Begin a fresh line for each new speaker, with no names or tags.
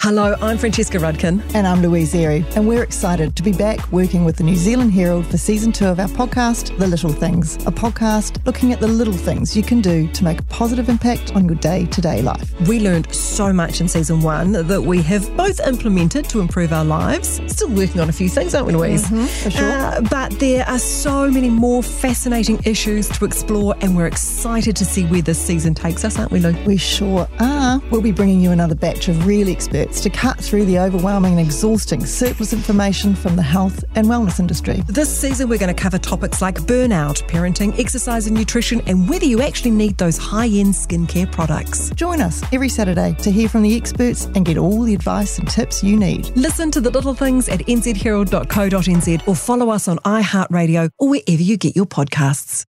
Hello, I'm Francesca Rudkin.
And I'm Louise Airy, and we're excited to be back working with the New Zealand Herald for season two of our podcast, The Little Things, a podcast looking at the little things you can do to make a positive impact on your day to day life.
We learned so much in season one that we have both implemented to improve our lives. Still working on a few things, aren't we, Louise?
Mhm, for sure.
Uh, but there are so many more fascinating issues to explore, and we're excited to see where this season takes us, aren't we, Lou?
We sure are. We'll be bringing you another batch of real experts to cut through the overwhelming and exhausting surplus information from the health and wellness industry.
This season, we're going to cover topics like burnout, parenting, exercise and nutrition, and whether you actually need those high end skincare products.
Join us every Saturday to hear from the experts and get all the advice and tips you need.
Listen to the little things at nzherald.co.nz or follow us on iHeartRadio or wherever you get your podcasts.